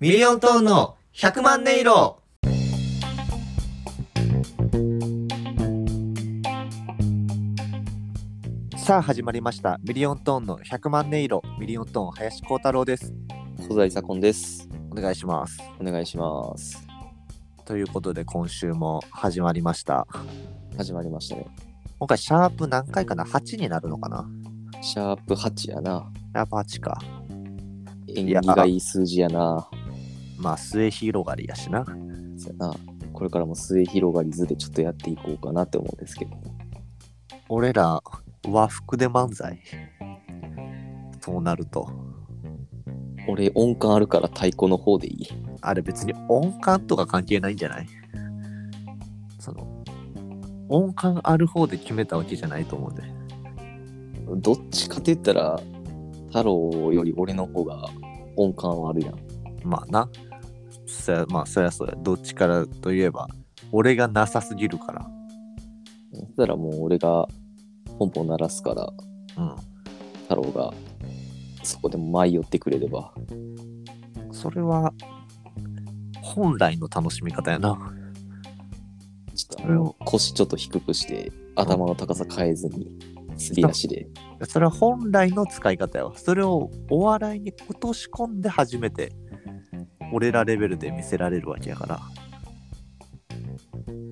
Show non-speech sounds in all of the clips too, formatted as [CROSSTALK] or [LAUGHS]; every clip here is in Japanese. ミリオントーンの100万音色さあ始まりましたミリオントーンの100万音色ミリオントーン林光太郎です小材左近です。お願いしますお願いします。ということで今週も始まりました始まりましたね。今回シャープ何回かな8になるのかなシャープ8やな。シャープ8か縁起がいい数字やな。まあ末広がりやしなそうやなこれからも末広がり図でちょっとやっていこうかなって思うんですけど。俺ら和服で漫才そうなると俺音感あるから太鼓の方でいい。あれ別に音感とか関係ないんじゃないその音感ある方で決めたわけじゃないと思うんでどっちかって言ったら、太郎より俺の方が音感はあるやん。まあなそやまあそりゃそうやどっちからといえば俺がなさすぎるからそしたらもう俺がポンポン鳴らすから、う太郎がそこでも舞い寄ってくれれば。んそれは本来の楽しみ方やなちょっとそあれのを腰ちょっと低くして、頭の高さ変えずに、すり足で。それは本来の使い方やわそれをお笑いに落とし込んで初めて俺らレベルで見せられるわけやから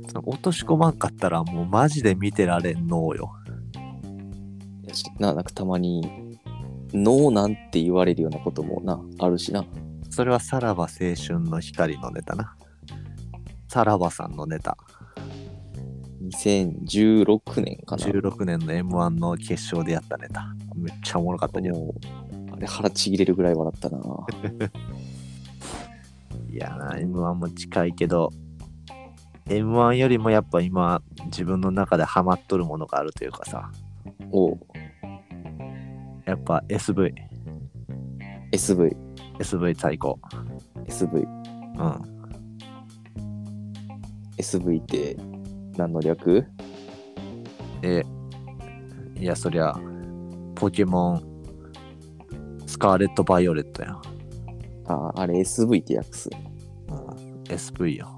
その落とし込まんかったらもうマジで見てられんのよいやしな、なんかたまに、脳なんて言われるようなこともな、あるしな。それはさらば青春の光のネタな。さらばさんのネタ。 2016年かな。 16年の M1 の決勝でやったネタ。めっちゃおもろかったけど。もうあれ腹ちぎれるぐらい笑 [LAUGHS] ったな。いやな、M1 も近いけど、M1 よりもやっぱ今、自分の中でハマっとるものがあるというかさ、おうやっぱ SV、 SV、 SV 最高。 SV、うん。 SV って何の略え、いや、そりゃ、ポケモン、スカーレット・バイオレットやん。ああれ SV って訳す。うん、SV よ。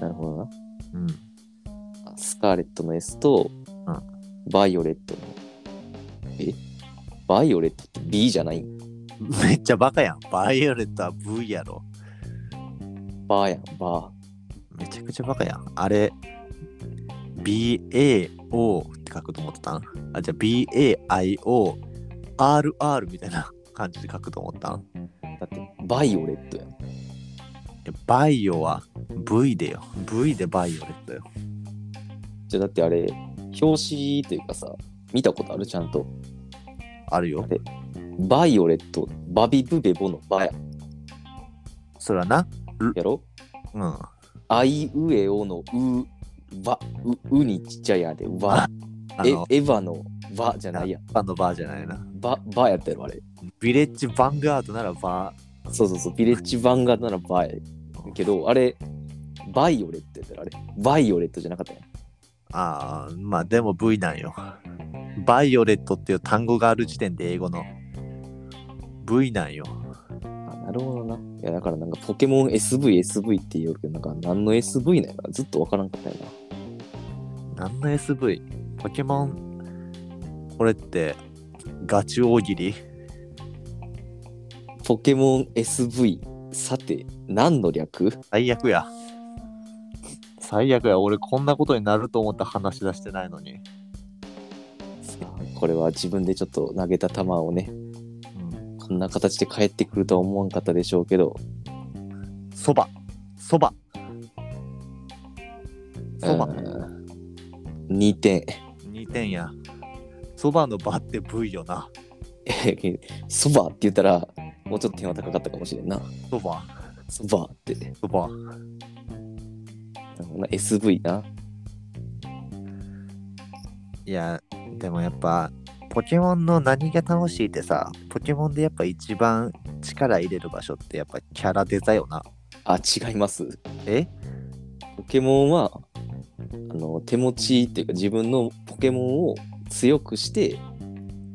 なるほどうん。 [LAUGHS] な。スカーレットの S と、うんバイオレットの。えバイオレットって B じゃないめっちゃバカやん。バイオレットは V やろ。バーやん、バめちゃくちゃバカやん。あれ、BAO って書くと思ってたんあ、じゃあ BAIORR みたいな [LAUGHS] 感じで書くと思ったんー。だってバイオレットやん。いやバイオは V でよ。V でバイオレットよ。じゃあだってあれ、表紙というかさ、見たことあるちゃんと。あるよ。バイオレット、バビブベボのバやそれはな、やろうん。あいうえおのう、ば、う、うにちっちゃいやで、わ。あえ、エの、ヴァのばじゃないや。バンドバーじゃないな。ば、ばやったやろ、あれ。ビレッジヴァンガードならバそうそうそう、ビレッジヴァンガードならばやー。けど、あれ、バイオレットやったらあれ。バイオレットじゃなかったやん。ああ、まあでも V なんよ。バイオレットっていう単語がある時点で英語の V なんよ。あ、なるほどな。いや、だからなんかポケモン SV、SV って言うけど、なんか何の SV なんやからずっとわからんかったよな。何の SV? ポケモンこれってガチ大喜利ポケモン SV、さて、何の略最悪や。最悪や。俺こんなことになると思った話し出してないのに。これは自分でちょっと投げた球をね、うんこんな形で帰ってくるとは思わんかったでしょうけど、そば。そば。そばう。ん2点。 [LAUGHS] 2点や。そばの場って V よな。そばって言ったら、もうちょっと点は高かったかもしれんな。そば。そばって。なそば。るほどな SV な。いや、でもやっぱ、ポケモンの何が楽しいってさ、ポケモンでやっぱ一番力入れる場所ってやっぱキャラデザよな。あ、違います。えポケモンは、あの、手持ちっていうか自分のポケモンを強くして、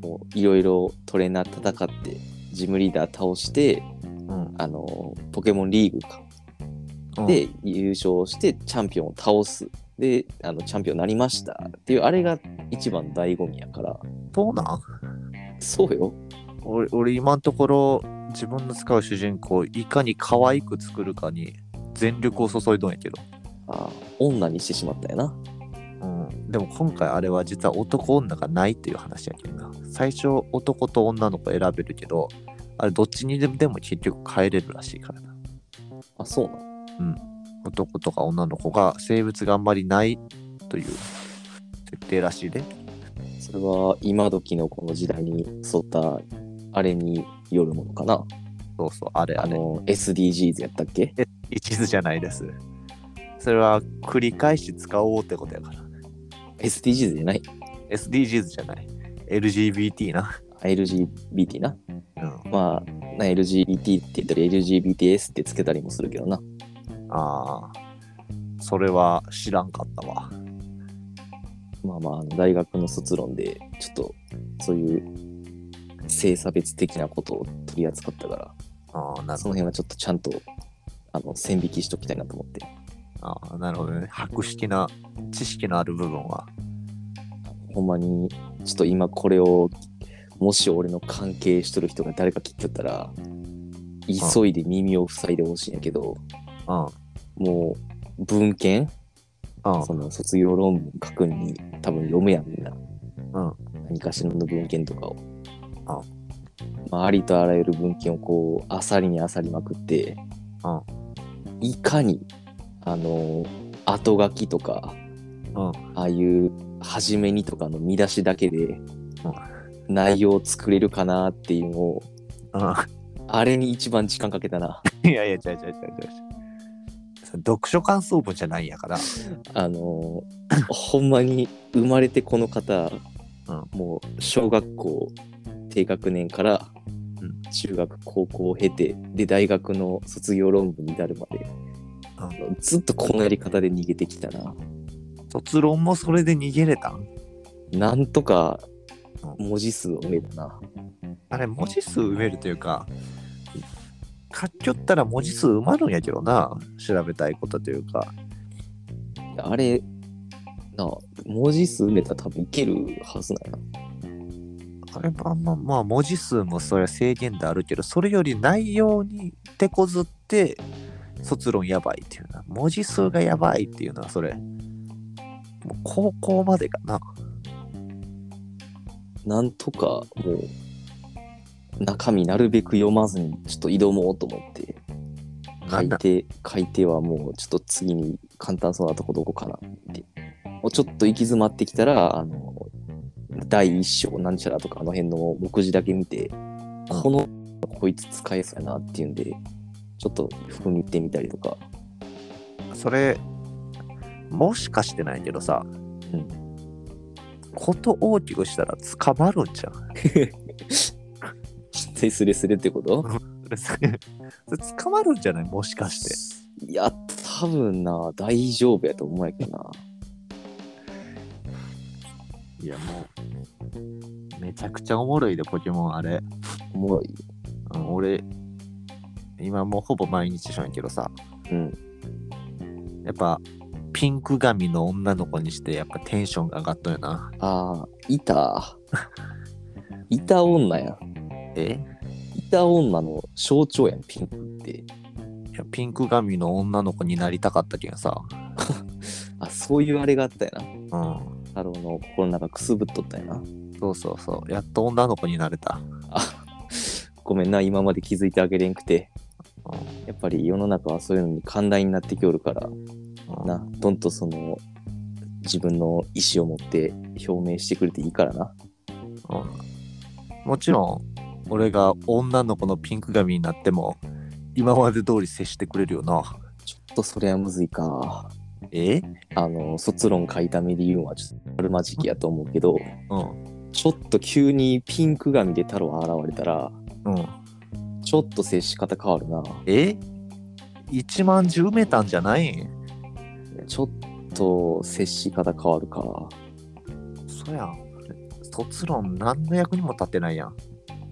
もういろいろトレーナー戦って、ジムリーダー倒して、うん。あのポケモンリーグかうん、で優勝してチャンピオンを倒すであのチャンピオンになりましたっていうあれが一番醍醐味やからそうなんそうよ俺、俺今のところ自分の使う主人公をいかに可愛く作るかに全力を注いどんやけど。あー女にしてしまったよなうん。でも今回あれは実は男女がないっていう話やけどな。最初男と女の子選べるけど、あれどっちにでも結局変えれるらしいからな。あそうなの男とか女の子が性別があんまりないという設定らしいで。それは今時のこの時代に沿ったあれによるものかなそうそう、あれああれ。の SDGs やったっけ一途じゃないです。それは繰り返し使おうってことやから。 SDGs じゃない SDGs じゃない。LGBT な。 LGBT なうん。まあな LGBT って言ったり LGBTS ってつけたりもするけどなああ。それは知らんかったわ。まあまああの大学の卒論でちょっとそういう性差別的なことを取り扱ったからああ、なるそほのど。辺はちょっとちゃんとあの線引きしときたいなと思ってああ、なるほどね。博識な知識のある部分は。ほんまにちょっと今これをもし俺の関係しとる人が誰か聞きよったら急いで耳を塞いでほしいんやけどうん。もう文献うん。その卒業論文書くに多分読むやんみんな、う何かしらの文献とかを、あまあ、ありとあらゆる文献をこうあさりにあさりまくって、あいかにあの後書きとかうん。 [LAUGHS] ああいう初めにとかの見出しだけで内容を作れるかなっていうのをうあれに一番時間かけたなん。いやいや、ちゃうちゃうちゃうちゃうちゃう。それ読書感想文じゃないんやから。あのほんまに生まれてこの方、うもう小学校低学年からうん中学高校を経てで大学の卒業論文に至るまで、あのずっとこのやり方で逃げてきたな卒論もそれで逃げれたんなんとか文字数を埋めたなあれ、文字数埋めるというか、書きよったら文字数埋まるんやけどな、調べたいことというか。あれなあ文字数埋めたら多分いけるはずなんやなあれ、まあまあ、まあ、文字数もそれは制限であるけど、それより内容に手こずって、卒論やばいっていうな。文字数がやばいっていうのは、それ。もう高校までかな。なんとかもう中身なるべく読まずにちょっと挑もうと思って書なんいだて書いてはもうちょっと次に簡単そうなとこどこかなってもうちょっと行き詰まってきたらあの第一章なんちゃらとかあの辺の目次だけ見てこのこいつ使えそうやなっていうんでちょっと踏み入ってみたりとかそれ、もしかしてないけどさ、うんこと大きくしたら捕まるんじゃん。でスレスレってことそれ [LAUGHS] それ捕まるんじゃないもしかして。いや多分な大丈夫やと思うんやけどないやもう、めちゃくちゃおもろいで、ポケモンあれ。おもろいうん、俺、今もうほぼ毎日しょんやけどさ、うんやっぱピンク髪の女の子にして、やっぱテンションが上がっとんよな。ああい [LAUGHS] たいた女やえいた女の象徴やんピンクっていやピンク髪の女の子になりたかったけんさ、あそういうあれがあったやなうん、太郎の心の中くすぶっとったやなそうそうそう、やっと女の子になれた。あごめんな今まで気づいてあげれんくてうんやっぱり世の中はそういうのに寛大になってきおるからうんなどんとその自分の意思を持って表明してくれていいからなうんもちろん俺が女の子のピンク髪になっても今まで通り接してくれるよなちょっとそれはむずいかえあの卒論書いた目で言うのはちょっとあるまじきやと思うけどうんちょっと急にピンク髪で太郎現れたらうんちょっと接し方変わるなえ一万字埋めたんじゃないちょっと接し方変わるか。そやん卒論何の役にも立ってないやん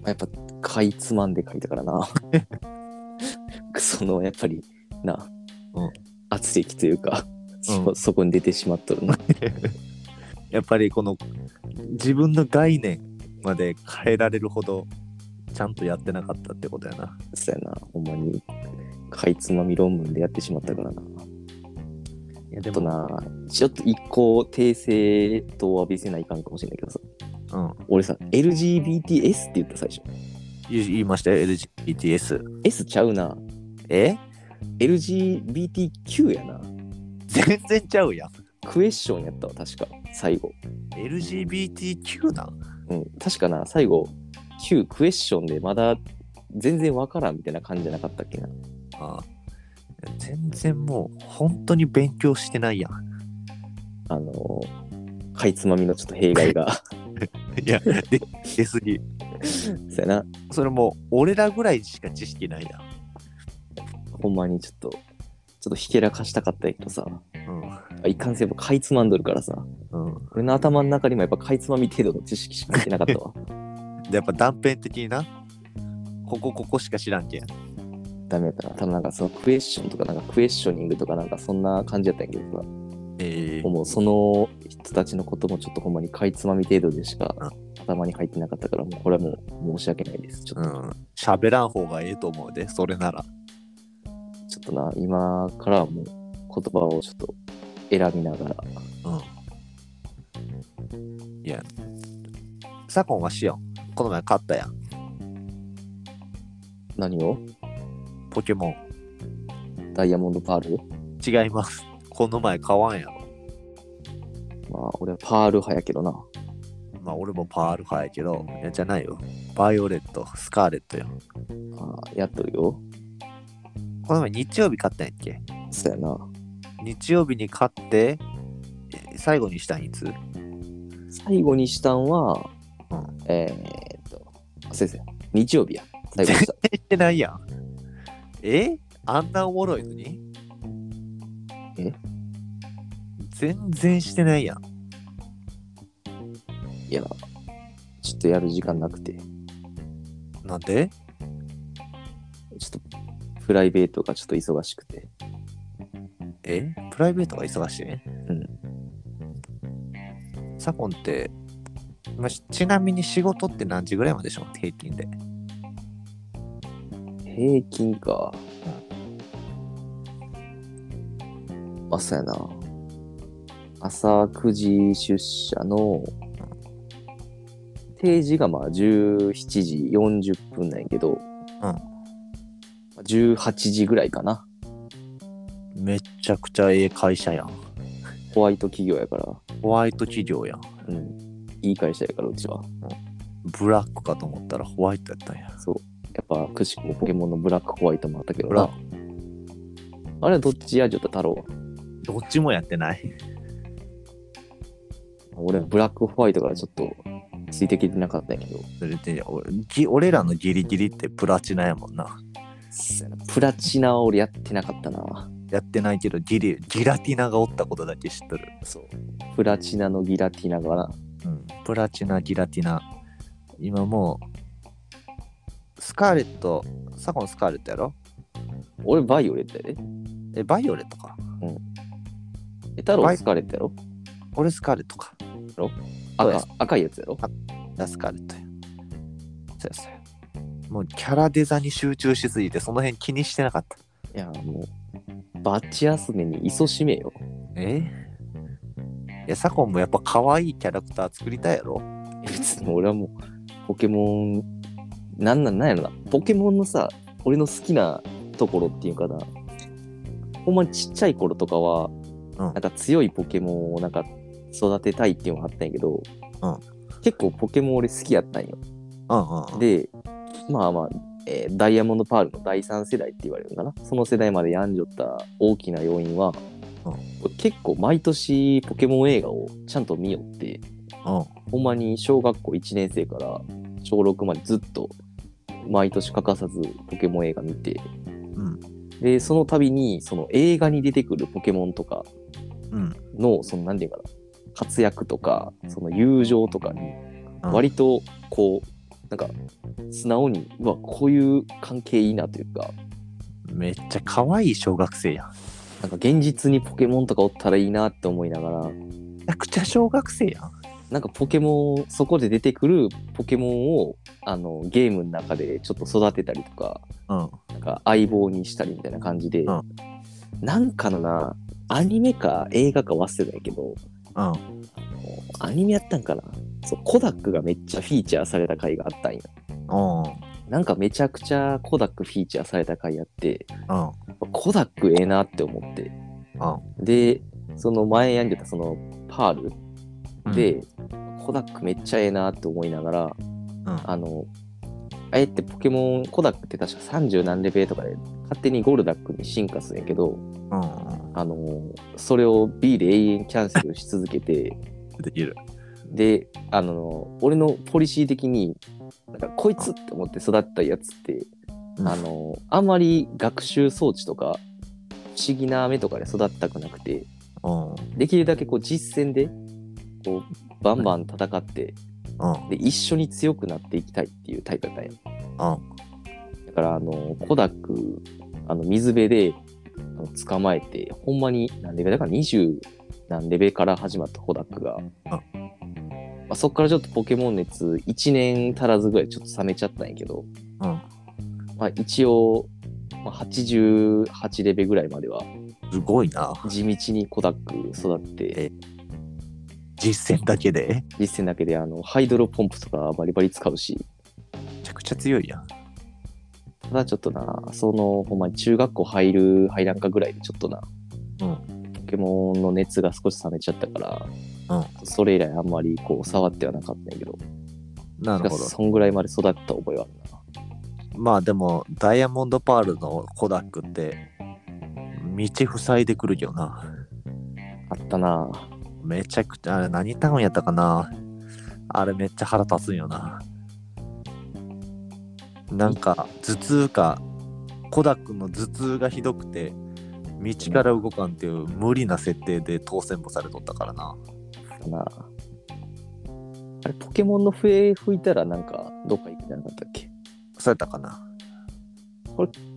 やっぱかいつまんで書いたからな。 [LAUGHS] その、やっぱり、な、うん圧力というか、そ、うんそこに出てしまっとるな。やっぱりこの自分の概念まで変えられるほどちゃんとやってなかったってことやな。そうやな、ほんまに。かいつまみ論文でやってしまったからな。いやであとな、ちょっと一個訂正とお詫びせないかんかもしれないけどさ、うん、俺さ、LGBTS って言った最初。言い言いましたよ、LGBTS。 S ちゃうな。え LGBTQ やな。全然ちゃうやん。クエスチョンやったわ、確か。最後。 LGBTQ なんうん。確かな、最後、Q クエスチョンでまだ全然わからんみたいな感じじゃなかったっけな。ああ全然もう本当に勉強してないやん。 [LAUGHS] あのー、かいつまみのちょっと弊害が。 [LAUGHS] いや、で出すぎ。そうやな。それもう俺らぐらいしか知識ないやほんまにちょっと、ちょっとひけらかしたかったけどさ、ん。いかんせんやっぱかいつまんどるからさ。うん。うん。俺の頭の中にもやっぱかいつまみ程度の知識しか入ってなかったわ。で、やっぱ断片的にな。ここ、ここしか知らんけん。ダメやったな。多分なんかそのクエスチョンとかなんかクエスチョニングとかなんかそんな感じやったんやけどさ。ええもうその人たちのこともちょっとほんまにかいつまみ程度でしかうん頭に入ってなかったから、もうこれはもう申し訳ないです。ちょうっと、ん。喋らん方がええと思うで、それなら。ちょっとな、今からはもう言葉をちょっと選びながら。うん。いや、左近はしよん。この前買ったやん。何をポケモン。ダイヤモンドパール違います。この前買わんやろ。まあ俺はパール派やけどな。まあ俺もパール派やけど、いやじゃないよ。バイオレット、スカーレットよ。あやっとるよ。この前日曜日買ったんやっけそうやな。日曜日に買って、え最後にしたんいつ最後にしたんは、うんえーっと、あ先生、日曜日や。最後に [LAUGHS] した。言ってないやん。えあんなおもろいのにえ全然してないやん。いや、ちょっとやる時間なくて、ちょなんでっとプライベートがちょっと忙しくて、えプライベートが忙しいうん。サコンって、まあ、しちなみに仕事って何時ぐらいまでしょ平均で。平均か。まあ、そうやな。朝9時出社の、定時がまあ17時40分なんやけど、18時ぐらいかな。めちゃくちゃええ会社やん。ホワイト企業やから。ホワイト企業やん。うん、いい会社やからうちはブラックかと思ったらホワイトやったんや。そうやっぱくしくもポケモンのブラックホワイトもあったけどブラなあれはどっちやじゃった太郎はどっちもやってない。俺ブラックホワイトからちょっとついてきてなかったんやけどそれで俺ぎ俺らのギリギリってプラチナやもんな。プラチナは俺やってなかったなやってないけどギリギラティナがおったことだけ知っとる。そうプラチナのギラティナがなうん、プラチナギラティナ今もうスカーレットサコンスカーレットやろ俺バイオレットやでえバイオレットかえ太郎バイスカーレットやろ俺スカーレットかそうで赤す赤いやつやろラスカーレットやそうやそうやもうキャラデザに集中しすぎてその辺気にしてなかったいやもうバチ休めに勤しめよえいやサコンもやっぱ可愛いキャラクター作りたいやろ別に俺はもうポケモンなんなんなんやろなポケモンのさ俺の好きなところっていうかなほんまにちっちゃい頃とかは、なんか強いポケモンをなんか育てたいっていうのがあったんやけど、うん結構ポケモン俺好きやったんようんうんうんでまあまあ、えーダイヤモンドパールの第3世代って言われるのかなその世代までやんじょった大きな要因は、うん俺結構毎年ポケモン映画をちゃんと見よって、うんほんまに小学校1年生から小6までずっと毎年欠かさずポケモン映画見て、うんで、その度にその映画に出てくるポケモンとかうんの、その何て言うかな、活躍とか、その友情とかにうん割とこう、なんか素直にうわこういう関係いいなというかめっちゃ可愛い小学生やん。なんか現実にポケモンとかおったらいいなって思いながらめちゃくちゃ小学生やん。なんかポケモンそこで出てくるポケモンをあのゲームの中でちょっと育てたりとかうん。なんか相棒にしたりみたいな感じで、うんなんかのなアニメか映画か忘れないけどうん。アニメやったんかなそうコダックがめっちゃフィーチャーされた回があったんやうん。なんかめちゃくちゃコダックフィーチャーされた回やってうん。コダックええなって思ってでその前やんでたそのパールうん。で、コダックめっちゃええなって思いながら、うんあのあえてポケモンコダックって確か30何レベルとかで勝手にゴルダックに進化するんやけどうん。うん。あのそれを B で永遠キャンセルし続けて [LAUGHS] できる。であの俺のポリシー的になんかこいつって思って育ったやつって、うんあのあんまり学習装置とか不思議な目とかで育ったくなくてうん。うん。できるだけこう実戦でこうバンバン戦ってで一緒に強くなっていきたいっていうタイプだったんやうん。だからあのコダックあの水辺であの捕まえてほんまに何レベルだから20何レベルから始まったコダックが、まあ、そっからちょっとポケモン熱1年足らずぐらいちょっと冷めちゃったんやけど、うんまあ、一応、まあ、88レベルぐらいまではすごいな。地道にコダック育って実践だけで。実戦だけであのハイドロポンプとかバリバリ使うしめちゃくちゃ強いやん。ただちょっとな、その、ほんまに中学校入る、入らんかぐらいでちょっとな、うんポケモンの熱が少し冷めちゃったから、それ以来あんまりこう触ってはなかったんやけど、なるほしかどし。そんぐらいまで育った覚えはあるな。まあでも、ダイヤモンドパールのコダックって、道塞いでくるよな。あったな。めちゃくちゃ、あれ何タウンやったかなあれめっちゃ腹立つんよな。なんか、頭痛か、コダックの頭痛がひどくて、道から動かんっていう無理な設定で当選もされとったからな。あったな。あれ、ポケモンの笛吹いたらなんか、どっか行くんじゃなかったっけそうやったかな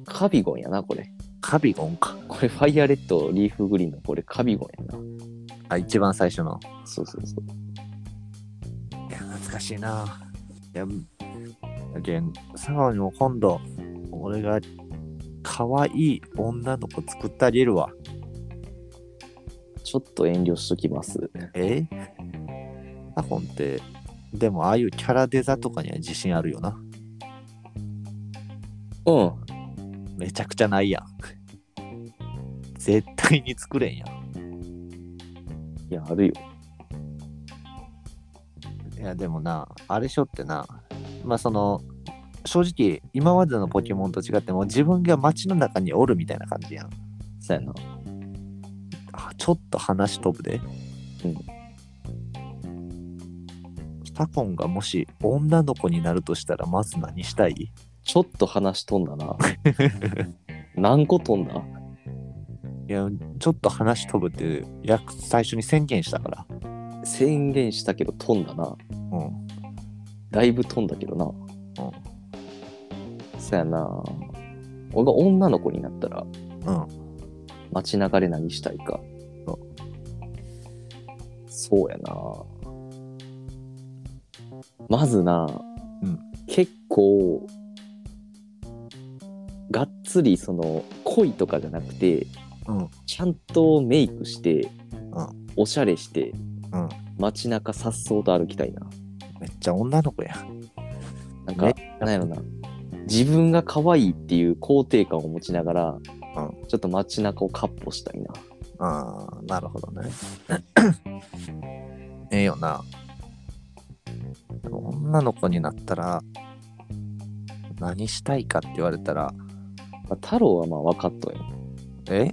カビゴンやな、これ。カビゴンか。これ、ファイアレッド、リーフグリーンのこれ、カビゴンやな。あ、一番最初の。そうそうそう。いや、懐かしいな。いや、だけん、佐川にも今度、俺が可愛い女の子作ってあげるわ。ちょっと遠慮しときます。えサホンって、でもああいうキャラデザとかには自信あるよな。うん。めちゃくちゃないやん。絶対に作れんやん。いや、あるよ。いや、でもな、あれしょってな、まあその、正直、今までのポケモンと違ってもう自分が街の中におるみたいな感じやん。そうやな。あちょっと話飛ぶで。タコンがもし女の子になるとしたらまず何したいちょっと話飛んだな。何個飛んだいやちょっと話飛ぶって約最初に宣言したから。宣言したけど飛んだな。うん。だいぶ飛んだけどな。うん。そやな。俺が女の子になったら、うん。街中で何したいかそう。そうやな。まずな、うん結構、がっつりその恋とかじゃなくて、うん。ちゃんとメイクして、んおしゃれして、うん街中さっそうと歩きたいな。めっちゃ女の子や。なんか、ねなんやろな。自分が可愛いっていう肯定感を持ちながら、うちょっと街中をカッポしたいな。ああ、なるほど [COUGHS] ね。ええよな。でも女の子になったら何したいかって言われたら、まあ、太郎はまあ分かっとんよ。え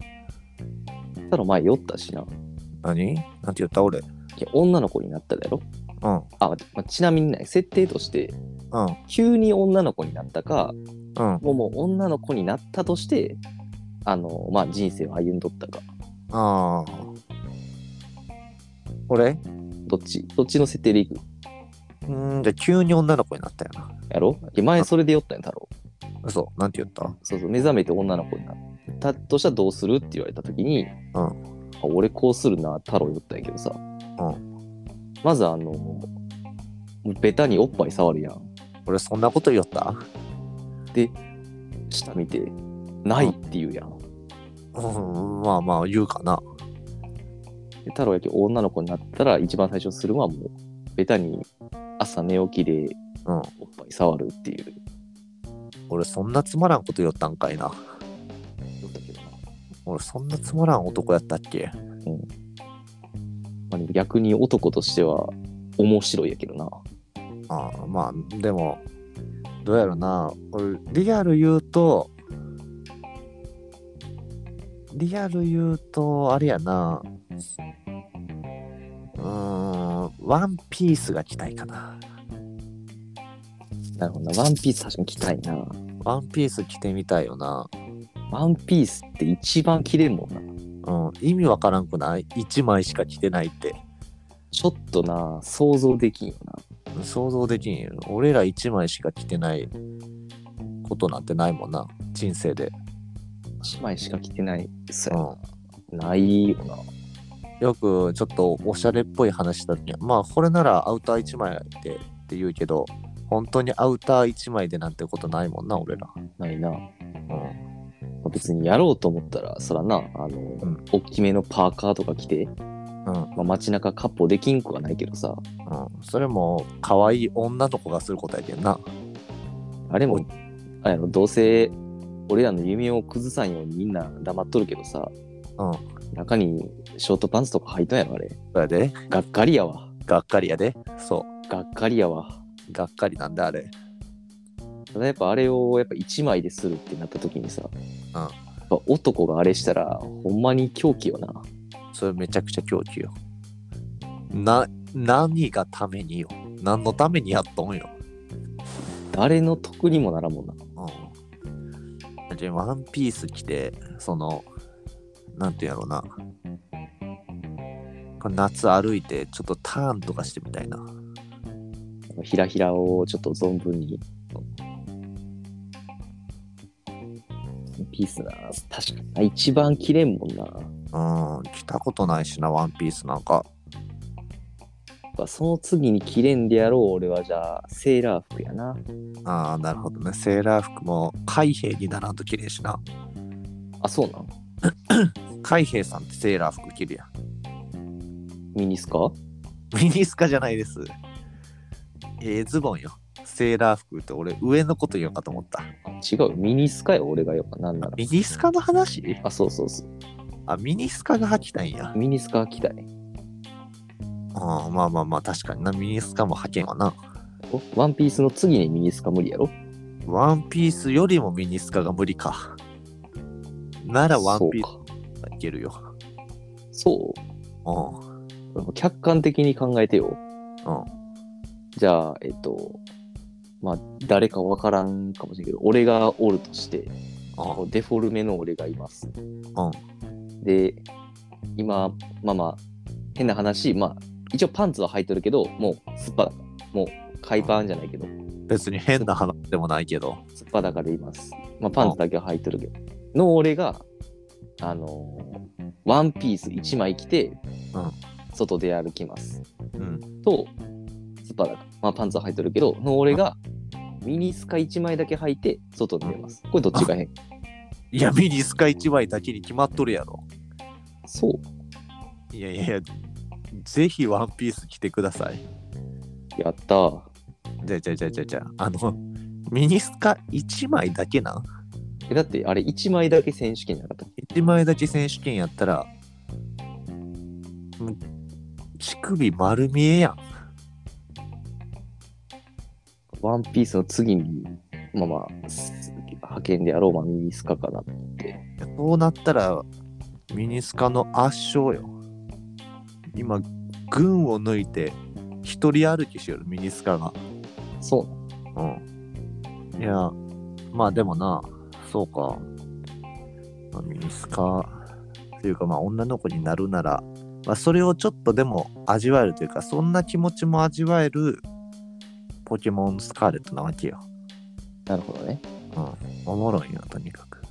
太郎前酔ったしな。い何なんて言った俺。や、女の子になっただろ。うん。あ、まあちなみにね、設定として、うん。急に女の子になったか、うん。もうもう女の子になったとして、あの、まあ人生を歩んどったか。ああ。俺どっち、どっちの設定でいくうん、じゃあ急に女の子になったよな。やろいや前それで酔ったんや、太郎。そう、なんて言ったそうそう、目覚めて女の子になったとしたらどうするって言われた時に、うんあ俺こうするな、太郎酔ったんやけどさ。まずあの、ベタにおっぱい触るやん。俺そんなこと言った下見て、ないって言うやん。うん、まあまあ言うかな。で太郎やけ女の子になったら一番最初にするのはもうベタに朝寝起きでうん。おっぱい触るっていう俺そんなつまらんこと言ったんかいな。言ったけどな、俺そんなつまらん男やったっけまあ、逆に男としては面白いやけどなああまあでもどうやろな俺リアル言うとリアル言うとあれやなうーんワンピースが着たいかななるほどなワンピース確かに着たいなワンピース着てみたいよなワンピースって一番着れんもんなうん意味わからんくない1枚しか着てないってちょっとな想像できんよな想像できんよ俺ら1枚しか着てないことなんてないもんな人生で一枚しか着てないそうやんないよなよくちょっとおしゃれっぽい話だってまあこれならアウター1枚でって言うけど本当にアウター1枚でなんてことないもんな俺ら、ないな、まうん、あ別にやろうと思ったらそらなあの、ん大きめのパーカーとか着て、うんまあ、街中カッポできんくはないけどさうん、それも可愛い女の子がすることやけんなあれおも、あれやろどうせ俺らの夢を崩さんようにみんな黙っとるけどさ、う中にショートパンツとか履いたんやろ、あれ。それでがっかりやわ。がっかりやでそうがっかりやわ。がっかりなんだあれただやっぱあれをやっぱ一枚でするってなった時にさ、うんやっぱ男があれしたらほんまに狂気よな。それめちゃくちゃ狂気よな何がためによ何のためにやっとんよ誰の得にもならんもんな。うん。で、ワンピース着て、その、なんていうんやろうな。これ夏歩いて、ちょっとターンとかしてみたいな。ひらひらをちょっと存分に。ピースな、確かにな。一番綺麗んもんな。うん、着たことないしな、ワンピースなんか。まあその次に切れんでやろう俺はじゃあセーラー服やなああ、なるほどね。セーラー服も海兵にならんと綺麗しな。あそうなん海兵さんってセーラー服着るやん。ミニスカミニスカじゃないです。ええズボンよ。セーラー服って俺、上のこと言おうかと思った。あ違うよミニスカよ俺がよなんならミニスカの話あそうそうそうあ、ミニスカが履きたいんや。ミニスカ着たいああまあまあまあ確かになミニスカも履けんわなおワンピースの次にミニスカ無理やろワンピースよりもミニスカが無理かならワンピーそうかスいけるよそう客観的に考えてよ。うんじゃあ、えっと、まあ、誰かわからんかもしれんけど、俺がおるとして、こうデフォルメの俺がいます。で、今、まあまあ、変な話、まあ、一応パンツは履いてるけど、もう、すっぱだ。もう、海パンじゃないけど、ん別に変な話でもないけどすっぱだからいます。まあ、パンツだけは履いてるけど。の俺が、あのーワンピース1枚着て、うん外で歩きます。うんと、スパだか、まあ、パンツは履いてるけど、の俺がミニスカ1枚だけ履いて、外に出ます。これどっちが変いやミニスカ1枚だけに決まっとるやろそう。いやいやいやぜひワンピース着てくださいやったー。じゃあじゃあじゃあじゃあじゃああのミニスカ1枚だけなんえだって、あれ1枚だけ選手権じゃなかったっけ1枚だけ選手権やったらうん乳首丸見えやんワンピースの次に、まあまあ、す派遣であろう、まあ、ミニスカかな。そうなったら、ミニスカの圧勝よ。今、群を抜いて、一人歩きしよる、ミニスカが。そううん。いや、まあでもな、そうか。まあミニスカ、というかまあ女の子になるなら、まあそれをちょっとでも味わえるというか、そんな気持ちも味わえるポケモンスカーレットなわけよ。なるほどね。うん。おもろいよ、とにかく。